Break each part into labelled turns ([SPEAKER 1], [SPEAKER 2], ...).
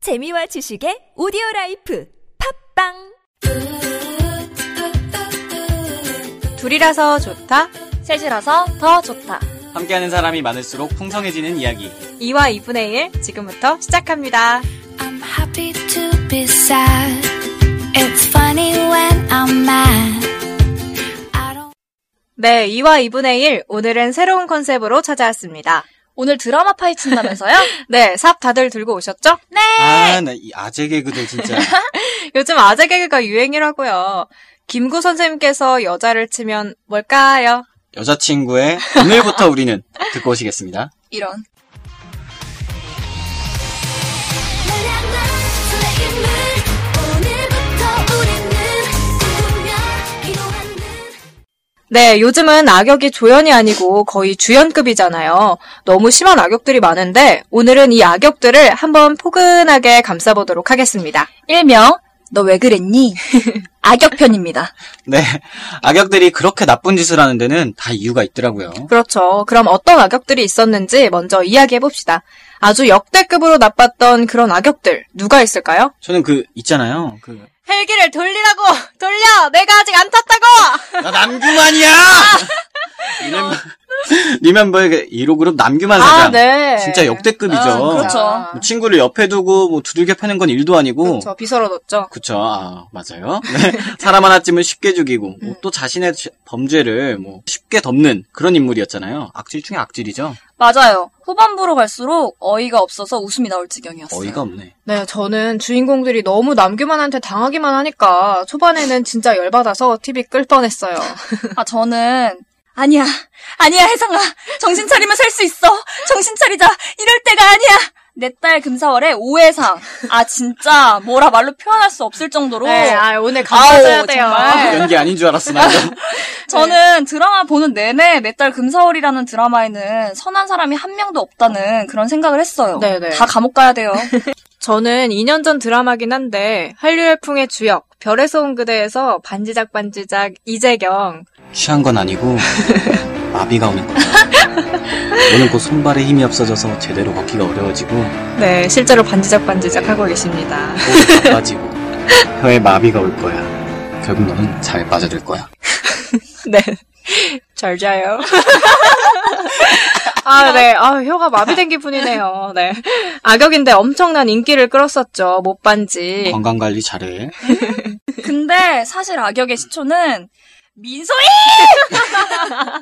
[SPEAKER 1] 재미와 지식의 오디오 라이프 팝빵
[SPEAKER 2] 둘이라서 좋다, 셋이라서 더 좋다.
[SPEAKER 3] 함께하는 사람이 많을수록 풍성해지는 이야기.
[SPEAKER 2] 2와 2분의 1 지금부터 시작합니다.
[SPEAKER 4] I'm happy to be sad. It's funny when I'm mad. I don't
[SPEAKER 2] 네, 2와 2분의 1 오늘은 새로운 컨셉으로 찾아왔습니다.
[SPEAKER 5] 오늘 드라마 파헤친다면서요?
[SPEAKER 2] 네, 삽 다들 들고 오셨죠?
[SPEAKER 1] 네.
[SPEAKER 2] 네!
[SPEAKER 3] 아, 나 이 아재 개그들 진짜.
[SPEAKER 2] 요즘 아재 개그가 유행이라고요. 김구 선생님께서 여자를 치면 뭘까요?
[SPEAKER 3] 여자친구의 오늘부터 우리는 듣고 오시겠습니다.
[SPEAKER 5] 이런.
[SPEAKER 2] 네, 요즘은 악역이 조연이 아니고 거의 주연급이잖아요. 너무 심한 악역들이 많은데 오늘은 이 악역들을 한번 포근하게 감싸보도록 하겠습니다.
[SPEAKER 5] 일명, 너 왜 그랬니? 악역편입니다.
[SPEAKER 3] 네. 악역들이 그렇게 나쁜 짓을 하는 데는 다 이유가 있더라고요.
[SPEAKER 2] 그렇죠. 그럼 어떤 악역들이 있었는지 먼저 이야기해 봅시다. 아주 역대급으로 나빴던 그런 악역들 누가 있을까요?
[SPEAKER 3] 저는 그, 있잖아요. 그,
[SPEAKER 2] 헬기를 돌리라고 돌려 내가 아직 안 탔다고
[SPEAKER 3] 나 남규만이야! 리멤버, 리멤버의 1호 그룹 남규만 사장.
[SPEAKER 2] 아네
[SPEAKER 3] 그러니까 진짜 역대급이죠.
[SPEAKER 5] 아, 그렇죠.
[SPEAKER 3] 뭐 친구를 옆에 두고 뭐 두들겨 패는 건 일도 아니고.
[SPEAKER 2] 그렇죠 비서로 넣었죠
[SPEAKER 3] 그쵸, 아, 맞아요. 네. 사람 하나쯤은 쉽게 죽이고, 뭐또 자신의 지- 범죄를 뭐 쉽게 덮는 그런 인물이었잖아요. 악질 중에 악질이죠.
[SPEAKER 5] 맞아요. 후반부로 갈수록 어이가 없어서 웃음이 나올 지경이었어요.
[SPEAKER 3] 어이가 없네.
[SPEAKER 2] 네 저는 주인공들이 너무 남규만한테 당하기만 하니까 초반에는 진짜 열받아서 TV 끌 뻔했어요
[SPEAKER 5] 아, 저는, 아니야. 아니야, 혜성아. 정신 차리면 살 수 있어. 정신 차리자. 이럴 때가 아니야. 내 딸 금사월의 오해상. 아, 진짜, 뭐라 말로 표현할 수 없을 정도로.
[SPEAKER 2] 네, 아, 오늘
[SPEAKER 5] 감싸줘야 돼요. 네.
[SPEAKER 3] 연기 아닌 줄 알았어, 나 이거.
[SPEAKER 5] 저는 드라마 보는 내내 내 딸 금사월이라는 드라마에는 선한 사람이 한 명도 없다는 그런 생각을 했어요.
[SPEAKER 2] 네네.
[SPEAKER 5] 다 감옥 가야 돼요.
[SPEAKER 2] 저는 2년 전 드라마긴 한데 한류 열풍의 주역 별에서 온 그대에서 반지작 반지작 이재경
[SPEAKER 3] 취한 건 아니고, 마비가 오는 거야. 너는 곧 손발에 힘이 없어져서 제대로 걷기가 어려워지고, 또
[SPEAKER 2] 네 실제로 반지작 반지작 하고 계십니다.
[SPEAKER 3] 바빠지고, 혀에 마비가 올 거야. 결국 너는 잘 빠져들 거야.
[SPEAKER 2] 네. 잘 자요. 아, 네. 아, 혀가 마비된 기분이네요. 네. 악역인데 엄청난 인기를 끌었었죠. 못 반지.
[SPEAKER 3] 예. 건강 관리 잘해.
[SPEAKER 5] 근데 사실 악역의 시초는 민소희!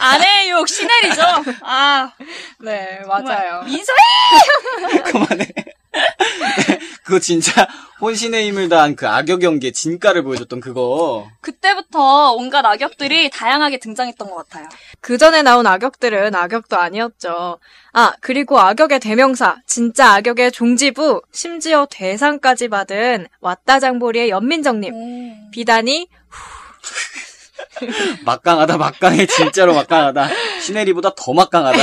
[SPEAKER 5] 아내의 욕 시넬이죠. 아,
[SPEAKER 2] 네,
[SPEAKER 5] 정말. 민소희!
[SPEAKER 3] 그만해. 네, 그거 진짜 혼신의 힘을 다한 그 악역 연기의 진가를 보여줬던 그거.
[SPEAKER 5] 그때부터 온갖 악역들이 다양하게 등장했던 것 같아요.
[SPEAKER 2] 그 전에 나온 악역들은 악역도 아니었죠. 아, 그리고 악역의 대명사, 진짜 악역의 종지부, 심지어 대상까지 받은 왔다장보리의 연민정님.
[SPEAKER 5] 음.
[SPEAKER 2] 비단이
[SPEAKER 3] 막강하다, 막강해, 진짜로 막강하다. 시네리보다 더 막강하다.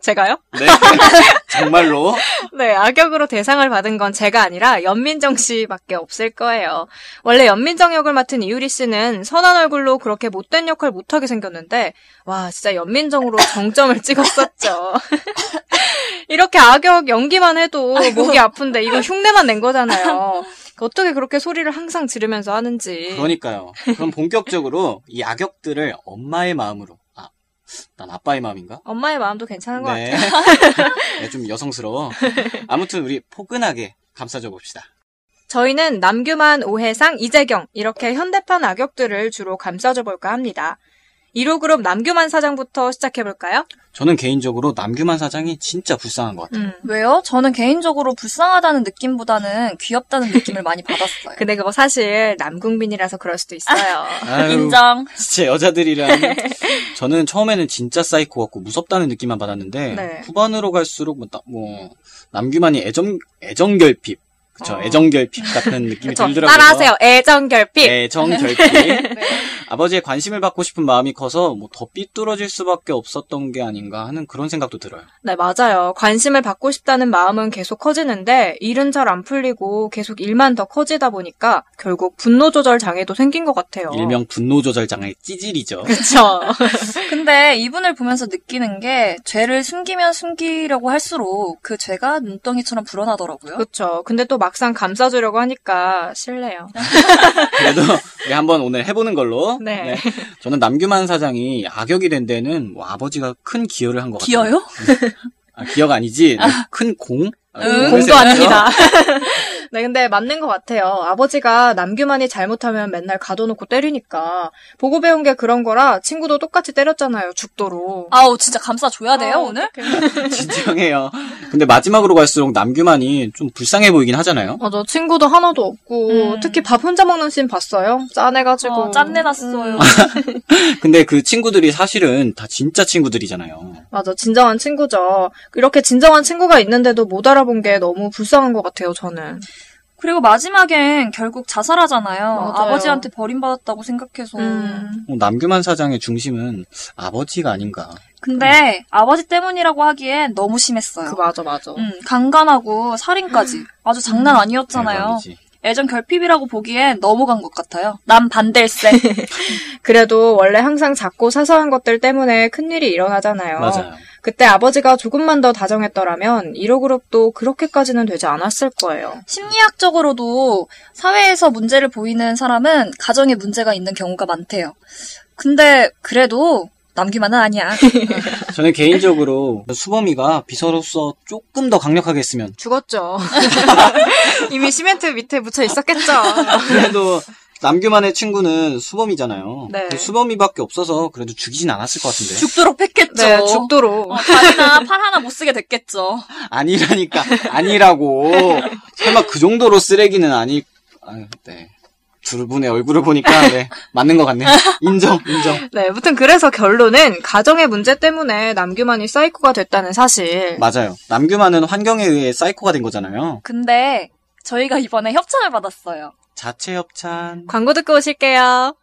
[SPEAKER 2] 제가요?
[SPEAKER 3] 네. 정말로.
[SPEAKER 2] 네, 악역으로 대상을 받은 건 제가 아니라 연민정 씨밖에 없을 거예요. 원래 연민정 역을 맡은 이유리 씨는 선한 얼굴로 그렇게 못된 역할 못하게 생겼는데, 와, 진짜 연민정으로 정점을 찍었었죠. 이렇게 악역 연기만 해도 목이 아픈데 이거 흉내만 낸 거잖아요. 어떻게 그렇게 소리를 항상 지르면서 하는지.
[SPEAKER 3] 그러니까요. 그럼 본격적으로 이 악역들을 엄마의 마음으로. 아, 난 아빠의 마음인가?
[SPEAKER 2] 엄마의 마음도 괜찮은 것 같아요.
[SPEAKER 3] 네. 네, 좀 여성스러워. 아무튼 우리 포근하게 감싸줘 봅시다.
[SPEAKER 2] 저희는 남규만, 오해상, 이재경 이렇게 현대판 악역들을 주로 감싸줘 볼까 합니다. 1호 그룹 남규만 사장부터 시작해 볼까요?
[SPEAKER 3] 저는 개인적으로 남규만 사장이 진짜 불쌍한 것 같아요.
[SPEAKER 5] 왜요? 저는 개인적으로 불쌍하다는 느낌보다는 귀엽다는 느낌을 많이 받았어요.
[SPEAKER 2] 근데 그거 뭐 사실 남궁빈이라서 그럴 수도 있어요.
[SPEAKER 3] 아유,
[SPEAKER 5] 인정.
[SPEAKER 3] 진짜 여자들이랑 저는 처음에는 진짜 사이코 같고 무섭다는 느낌만 받았는데
[SPEAKER 2] 네.
[SPEAKER 3] 후반으로 갈수록 뭐, 나- 뭐 남규만이 애정 애정 결핍 그쵸.
[SPEAKER 2] 어.
[SPEAKER 3] 애정결핍 같은 느낌이
[SPEAKER 2] 그쵸.
[SPEAKER 3] 들더라고요. 네.
[SPEAKER 2] 따라하세요. 애정결핍.
[SPEAKER 3] 애정결핍.
[SPEAKER 5] 네.
[SPEAKER 3] 아버지의 관심을 받고 싶은 마음이 커서 뭐 더 삐뚤어질 수밖에 없었던 게 아닌가 하는 그런 생각도 들어요.
[SPEAKER 2] 네, 맞아요. 관심을 받고 싶다는 마음은 계속 커지는데 일은 잘 안 풀리고 계속 일만 더 커지다 보니까 결국 분노 조절 장애도 생긴 것 같아요.
[SPEAKER 3] 일명 분노 조절 장애 찌질이죠.
[SPEAKER 2] 그쵸.
[SPEAKER 5] 근데 이분을 보면서 느끼는 게 죄를 숨기면 숨기려고 할수록 그 죄가 눈덩이처럼 불어나더라고요.
[SPEAKER 2] 그쵸. 근데 또 막상 감싸주려고 하니까 실례요.
[SPEAKER 3] 그래도 우리 한번 오늘 해보는 걸로.
[SPEAKER 2] 네.
[SPEAKER 3] 저는 남규만 사장이 악역이 된 데는 뭐 아버지가 큰 기여를 한 것 같아요.
[SPEAKER 5] 기어요?
[SPEAKER 3] 아, 기여가 아니지. 네, 큰 공? 아,
[SPEAKER 5] 응,
[SPEAKER 3] 공을
[SPEAKER 2] 공도
[SPEAKER 3] 세웠죠.
[SPEAKER 2] 아닙니다. 네, 근데 맞는 것 같아요. 아버지가 남규만이 잘못하면 맨날 가둬놓고 때리니까 보고 배운 게 그런 거라 친구도 똑같이 때렸잖아요. 죽도록.
[SPEAKER 5] 아우 진짜 감싸줘야 돼요
[SPEAKER 2] 아,
[SPEAKER 5] 오늘?
[SPEAKER 3] 진정해요. 근데 마지막으로 갈수록 남규만이 좀 불쌍해 보이긴 하잖아요.
[SPEAKER 2] 맞아. 친구도 하나도 없고
[SPEAKER 5] 음.
[SPEAKER 2] 특히 밥 혼자 먹는 씬 봤어요. 짠해가지고.
[SPEAKER 5] 어, 짠내 났어요.
[SPEAKER 2] 음.
[SPEAKER 3] 근데 그 친구들이 사실은 다 진짜 친구들이잖아요.
[SPEAKER 2] 맞아. 진정한 친구죠. 이렇게 진정한 친구가 있는데도 못 알아본 게 너무 불쌍한 것 같아요. 저는.
[SPEAKER 5] 그리고 마지막엔 결국 자살하잖아요.
[SPEAKER 2] 맞아요.
[SPEAKER 5] 아버지한테 버림받았다고 생각해서.
[SPEAKER 2] 음.
[SPEAKER 3] 어, 남규만 사장의 중심은 아버지가 아닌가.
[SPEAKER 5] 근데 아버지 때문이라고 하기엔 너무 심했어요.
[SPEAKER 2] 그 맞아 맞아.
[SPEAKER 5] 음, 강간하고 살인까지 아주 장난 아니었잖아요.
[SPEAKER 3] 음. 대박이지.
[SPEAKER 5] 애정 결핍이라고 보기엔 넘어간 것 같아요. 난 반댈세.
[SPEAKER 2] 그래도 원래 항상 작고 사소한 것들 때문에 큰일이 일어나잖아요.
[SPEAKER 3] 맞아요.
[SPEAKER 2] 그때 아버지가 조금만 더 다정했더라면 1호 그룹도 그렇게까지는 되지 않았을 거예요.
[SPEAKER 5] 심리학적으로도 사회에서 문제를 보이는 사람은 가정에 문제가 있는 경우가 많대요. 근데 그래도 남기만은 아니야.
[SPEAKER 3] 저는 개인적으로 수범이가 비서로서 조금 더 강력하게 했으면
[SPEAKER 2] 죽었죠. 이미 시멘트 밑에 묻혀 있었겠죠.
[SPEAKER 3] 그래도 남규만의 친구는 수범이잖아요.
[SPEAKER 2] 네.
[SPEAKER 3] 근데 수범이밖에 없어서 그래도 죽이진 않았을 것 같은데.
[SPEAKER 5] 죽도록 팼겠죠.
[SPEAKER 2] 네, 죽도록.
[SPEAKER 5] 어, 다리나 팔 하나 못 쓰게 됐겠죠.
[SPEAKER 3] 아니라니까 아니라고. 설마 그 정도로 쓰레기는 아니. 아유, 네. 두 분의 얼굴을 보니까 네 맞는 것 같네. 인정 인정.
[SPEAKER 2] 네, 무튼 그래서 결론은 가정의 문제 때문에 남규만이 사이코가 됐다는 사실.
[SPEAKER 3] 맞아요. 남규만은 환경에 의해 사이코가 된 거잖아요.
[SPEAKER 5] 근데 저희가 이번에 협찬을 받았어요.
[SPEAKER 3] 자체 협찬.
[SPEAKER 2] 광고 듣고 오실게요.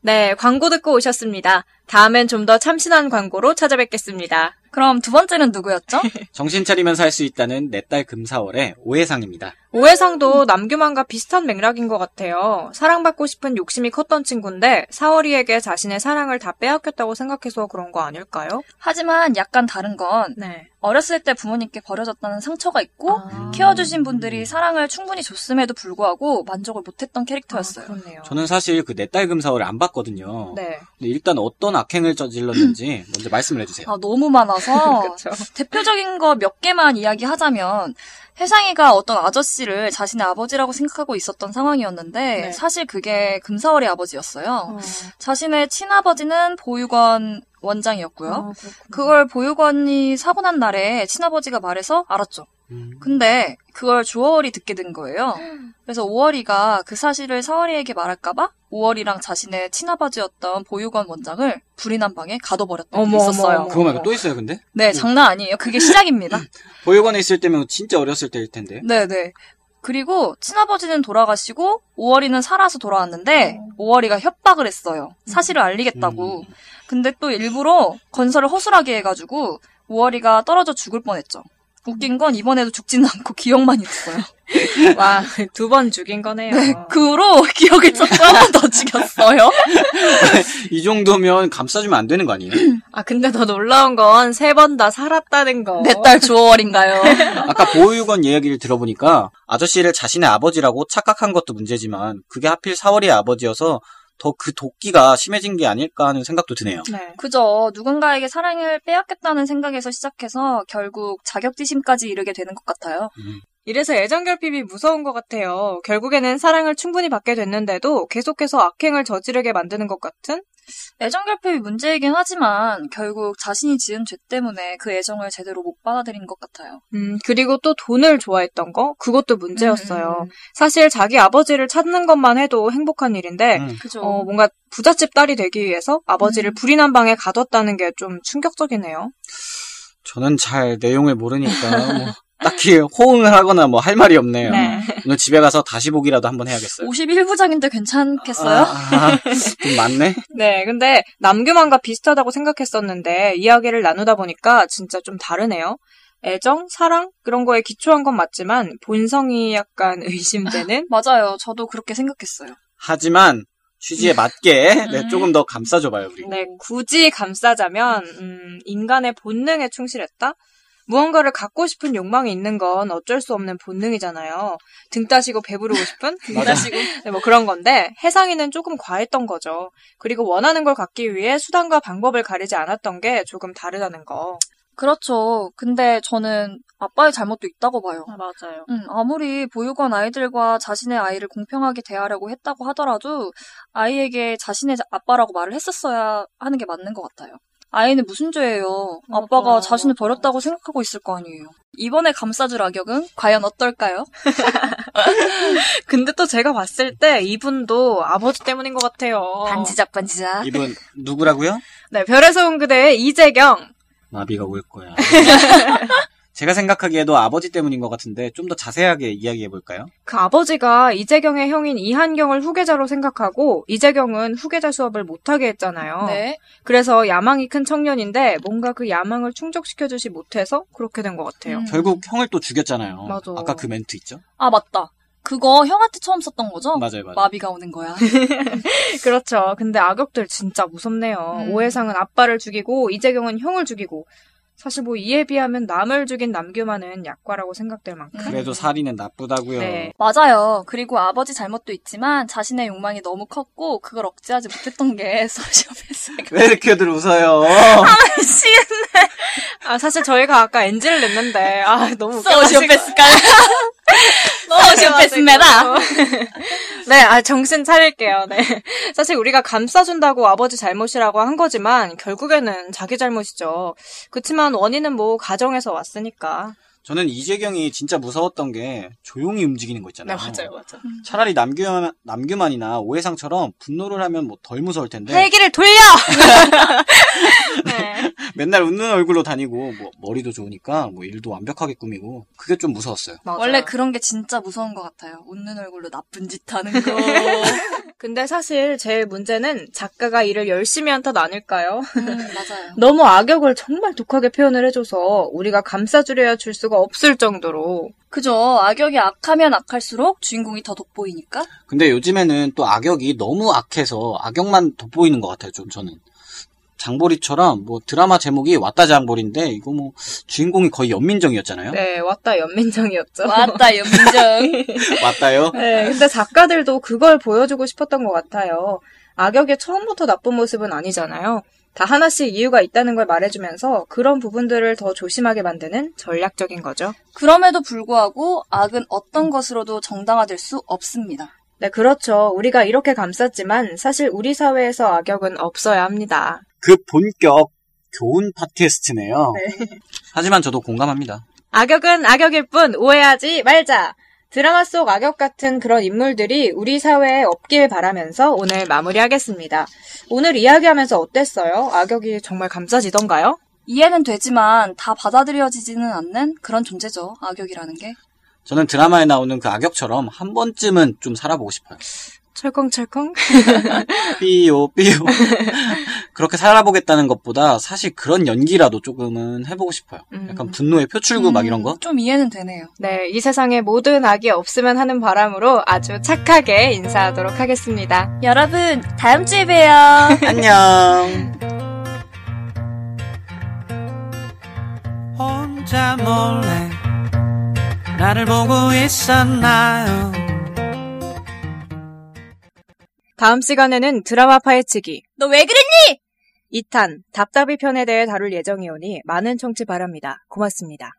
[SPEAKER 2] 네, 광고 듣고 오셨습니다. 다음엔 좀 더 참신한 광고로 찾아뵙겠습니다.
[SPEAKER 5] 그럼 두 번째는 누구였죠?
[SPEAKER 3] 정신 차리면 살 수 있다는 내 딸 금사월의 오해상입니다.
[SPEAKER 2] 오해상도 남규만과 비슷한 맥락인 것 같아요. 사랑받고 싶은 욕심이 컸던 친구인데 사월이에게 자신의 사랑을 다 빼앗겼다고 생각해서 그런 거 아닐까요?
[SPEAKER 5] 하지만 약간 다른 건
[SPEAKER 2] 네.
[SPEAKER 5] 어렸을 때 부모님께 버려졌다는 상처가 있고
[SPEAKER 2] 아,
[SPEAKER 5] 키워주신 분들이 사랑을 충분히 줬음에도 불구하고 만족을 못했던 캐릭터였어요.
[SPEAKER 2] 아, 그렇네요.
[SPEAKER 3] 저는 사실 그 내 딸 금사월을 안 봤거든요.
[SPEAKER 2] 네.
[SPEAKER 3] 근데 일단 어떤 악행을 저질렀는지 먼저 말씀을 해주세요.
[SPEAKER 5] 아, 너무 많아서
[SPEAKER 2] 그렇죠.
[SPEAKER 5] 대표적인 거 몇 개만 이야기하자면 혜상이가 어떤 아저씨를 자신의 아버지라고 생각하고 있었던 상황이었는데
[SPEAKER 2] 네.
[SPEAKER 5] 사실 그게 금사월의 아버지였어요. 자신의 친아버지는 보육원 원장이었고요.
[SPEAKER 2] 어. 아,
[SPEAKER 5] 그걸 보육원이 사고 난 날에 친아버지가 말해서 알았죠.
[SPEAKER 3] 음.
[SPEAKER 5] 근데 그걸 주월이 듣게 된 거예요. 그래서 오월이가 그 사실을 사월이에게 말할까봐 오월이랑 자신의 친아버지였던 보육원 원장을 불이 난 방에 가둬버렸던
[SPEAKER 2] 어머,
[SPEAKER 5] 게 있었어요.
[SPEAKER 2] 어머, 어머.
[SPEAKER 3] 그거 말고 또 있어요, 근데?
[SPEAKER 5] 네, 장난 아니에요. 그게 시작입니다.
[SPEAKER 3] 보육원에 있을 때면 진짜 어렸을 때일 텐데.
[SPEAKER 5] 네네. 그리고 친아버지는 돌아가시고 오월이는 살아서 돌아왔는데 오월이가 협박을 했어요. 사실을 알리겠다고.
[SPEAKER 3] 음.
[SPEAKER 5] 근데 또 일부러 건설을 허술하게 해가지고 오월이가 떨어져 죽을 뻔했죠. 웃긴 건 이번에도 죽지는 않고 기억만 있어요.
[SPEAKER 2] 와, 두 번 죽인 거네요.
[SPEAKER 5] 그 후로 기억을 찾고 한 번 더 죽였어요.
[SPEAKER 3] 이 정도면 감싸주면 안 되는 거 아니에요?
[SPEAKER 2] 아, 근데 더 놀라운 건 세 번 다 살았다는 거.
[SPEAKER 5] 내 딸 주월인가요?
[SPEAKER 3] 아까 보육원 이야기를 들어보니까 아저씨를 자신의 아버지라고 착각한 것도 문제지만 그게 하필 사월이의 아버지여서 더 그 도끼가 심해진 게 아닐까 하는 생각도 드네요.
[SPEAKER 2] 네.
[SPEAKER 5] 그죠. 누군가에게 사랑을 빼앗겠다는 생각에서 시작해서 결국 자격지심까지 이르게 되는 것 같아요.
[SPEAKER 2] 이래서 애정결핍이 무서운 것 같아요. 결국에는 사랑을 충분히 받게 됐는데도 계속해서 악행을 저지르게 만드는 것 같은?
[SPEAKER 5] 애정결핍이 문제이긴 하지만 결국 자신이 지은 죄 때문에 그 애정을 제대로 못 받아들인 것 같아요.
[SPEAKER 2] 음, 그리고 또 돈을 좋아했던 거? 그것도 문제였어요.
[SPEAKER 5] 음, 음,
[SPEAKER 2] 사실 자기 아버지를 찾는 것만 해도 행복한 일인데,
[SPEAKER 3] 음.
[SPEAKER 5] 그죠.
[SPEAKER 2] 어, 뭔가 부잣집 딸이 되기 위해서 아버지를 불이 난 방에 가뒀다는 게 좀 충격적이네요.
[SPEAKER 3] 저는 잘 내용을 모르니까 뭐 딱히 호응을 하거나 뭐 할 말이 없네요.
[SPEAKER 5] 네.
[SPEAKER 3] 오늘 집에 가서 다시 보기라도 한번 해야겠어요.
[SPEAKER 5] 51부작인데 괜찮겠어요?
[SPEAKER 3] 아, 아, 좀 많네.
[SPEAKER 2] 네, 근데 남규만과 비슷하다고 생각했었는데 이야기를 나누다 보니까 진짜 좀 다르네요. 애정, 사랑 그런 거에 기초한 건 맞지만 본성이 약간 의심되는
[SPEAKER 5] 맞아요. 저도 그렇게 생각했어요.
[SPEAKER 3] 하지만 취지에 맞게 네,
[SPEAKER 5] 음.
[SPEAKER 3] 조금 더 감싸줘봐요 우리.
[SPEAKER 2] 네, 굳이 감싸자면 음, 인간의 본능에 충실했다? 무언가를 갖고 싶은 욕망이 있는 건 어쩔 수 없는 본능이잖아요. 등 따시고 배부르고 싶은? 등
[SPEAKER 3] 맞아.
[SPEAKER 2] 네, 뭐 그런 건데 해상이는 조금 과했던 거죠. 그리고 원하는 걸 갖기 위해 수단과 방법을 가리지 않았던 게 조금 다르다는 거.
[SPEAKER 5] 그렇죠. 근데 저는 아빠의 잘못도 있다고 봐요.
[SPEAKER 2] 맞아요.
[SPEAKER 5] 음, 아무리 보육원 아이들과 자신의 아이를 공평하게 대하려고 했다고 하더라도 아이에게 자신의 자- 아빠라고 말을 했었어야 하는 게 맞는 것 같아요. 아이는 무슨 죄예요? 아빠가
[SPEAKER 2] 맞아요,
[SPEAKER 5] 자신을
[SPEAKER 2] 맞아요.
[SPEAKER 5] 버렸다고 생각하고 있을 거 아니에요. 이번에 감싸줄 악역은 과연 어떨까요?
[SPEAKER 2] 근데 또 제가 봤을 때 이분도 아버지 때문인 것 같아요.
[SPEAKER 5] 반지작 반지작.
[SPEAKER 3] 이분 누구라고요?
[SPEAKER 2] 네, 별에서 온 그대의 이재경.
[SPEAKER 3] 나비가 올 거야. 제가 생각하기에도 아버지 때문인 것 같은데 좀 더 자세하게 이야기해 볼까요?
[SPEAKER 2] 그 아버지가 이재경의 형인 이한경을 후계자로 생각하고 이재경은 후계자 수업을 못하게 했잖아요.
[SPEAKER 5] 네.
[SPEAKER 2] 그래서 야망이 큰 청년인데 뭔가 그 야망을 충족시켜주지 못해서 그렇게 된 것 같아요.
[SPEAKER 5] 음.
[SPEAKER 3] 결국 형을 또 죽였잖아요.
[SPEAKER 2] 맞아.
[SPEAKER 3] 아까 그 멘트 있죠?
[SPEAKER 5] 아 맞다. 그거 형한테 처음 썼던 거죠?
[SPEAKER 3] 맞아요, 맞아요.
[SPEAKER 5] 마비가 오는 거야.
[SPEAKER 2] 그렇죠. 근데 악역들 진짜 무섭네요.
[SPEAKER 5] 음.
[SPEAKER 2] 오해상은 아빠를 죽이고 이재경은 형을 죽이고 사실 뭐 이에 비하면 남을 죽인 남규만은 약과라고 생각될 만큼.
[SPEAKER 3] 그래도 살인은
[SPEAKER 5] 음.
[SPEAKER 3] 나쁘다고요.
[SPEAKER 2] 네.
[SPEAKER 5] 맞아요. 그리고 아버지 잘못도 있지만 자신의 욕망이 너무 컸고 그걸 억제하지 못했던 게 소시오패스.
[SPEAKER 2] 그
[SPEAKER 3] 왜 이렇게들 웃어요?
[SPEAKER 2] 아, 사실 저희가 아까 NG를 냈는데, 아, 너무
[SPEAKER 5] 소시오패스가
[SPEAKER 2] 어,
[SPEAKER 5] 소시오패스입니다.
[SPEAKER 2] 네, 아, 정신 차릴게요. 네. 사실 우리가 감싸준다고 아버지 잘못이라고 한 거지만, 결국에는 자기 잘못이죠. 그치만 원인은 뭐, 가정에서 왔으니까.
[SPEAKER 3] 저는 이재경이 진짜 무서웠던 게 조용히 움직이는 거 있잖아요.
[SPEAKER 2] 네, 맞아요.
[SPEAKER 3] 차라리 남규만, 남규만이나 오해상처럼 분노를 하면 뭐 덜 무서울 텐데
[SPEAKER 2] 네. 헬기를 돌려! 네.
[SPEAKER 3] 맨날 웃는 얼굴로 다니고 뭐 머리도 좋으니까 뭐 일도 완벽하게 꾸미고 그게 좀 무서웠어요.
[SPEAKER 2] 맞아요.
[SPEAKER 5] 원래 그런 게 진짜 무서운 것 같아요. 웃는 얼굴로 나쁜 짓 하는 거. 음,
[SPEAKER 2] 근데 사실 제 문제는 작가가 일을 열심히 한 탓 아닐까요?
[SPEAKER 5] 음, 맞아요.
[SPEAKER 2] 너무 악역을 정말 독하게 표현을 해줘서 우리가 감싸주려야 줄 수가 없을 정도로
[SPEAKER 5] 그죠. 악역이 악하면 악할수록 주인공이 더 돋보이니까.
[SPEAKER 3] 근데 요즘에는 또 악역이 너무 악해서 악역만 돋보이는 것 같아요. 좀 저는 장보리처럼 뭐 드라마 제목이 왔다 장보리인데 이거 뭐 주인공이 거의 연민정이었잖아요.
[SPEAKER 2] 네 왔다 연민정이었죠.
[SPEAKER 5] 맞다, 연민정.
[SPEAKER 3] 왔다요.
[SPEAKER 2] 네, 근데 작가들도 그걸 보여주고 싶었던 것 같아요. 악역의 처음부터 나쁜 모습은 아니잖아요. 다 하나씩 이유가 있다는 걸 말해주면서 그런 부분들을 더 조심하게 만드는 전략적인 거죠.
[SPEAKER 5] 그럼에도 불구하고 악은 어떤 것으로도 정당화될 수 없습니다.
[SPEAKER 2] 네, 그렇죠. 우리가 이렇게 감쌌지만 사실 우리 사회에서 악역은 없어야 합니다.
[SPEAKER 3] 그 본격 교훈 팟캐스트네요. 하지만 저도 공감합니다.
[SPEAKER 2] 악역은 악역일 뿐 오해하지 말자. 드라마 속 악역 같은 그런 인물들이 우리 사회에 없길 바라면서 오늘 마무리하겠습니다. 오늘 이야기하면서 어땠어요? 악역이 정말 감싸지던가요?
[SPEAKER 5] 이해는 되지만 다 받아들여지지는 않는 그런 존재죠. 악역이라는 게.
[SPEAKER 3] 저는 드라마에 나오는 그 악역처럼 한 번쯤은 좀 살아보고 싶어요.
[SPEAKER 2] 철컹철컹?
[SPEAKER 3] 삐요 삐요. 그렇게 살아보겠다는 것보다 사실 그런 연기라도 조금은 해보고 싶어요. 약간 분노의 표출구 막 이런 거.
[SPEAKER 5] 음, 좀 이해는 되네요.
[SPEAKER 2] 네, 이 세상에 모든 악이 없으면 하는 바람으로
[SPEAKER 5] 음.
[SPEAKER 2] 아주 착하게 인사하도록 하겠습니다.
[SPEAKER 5] 여러분, 다음 주에 봬요.
[SPEAKER 3] 안녕.
[SPEAKER 6] 혼자 몰래 나를 보고 있었나요?
[SPEAKER 2] 다음 시간에는 드라마 파헤치기
[SPEAKER 5] 너 왜 그랬니?
[SPEAKER 2] 2탄 답답이 편에 대해 다룰 예정이오니 많은 청취 바랍니다. 고맙습니다.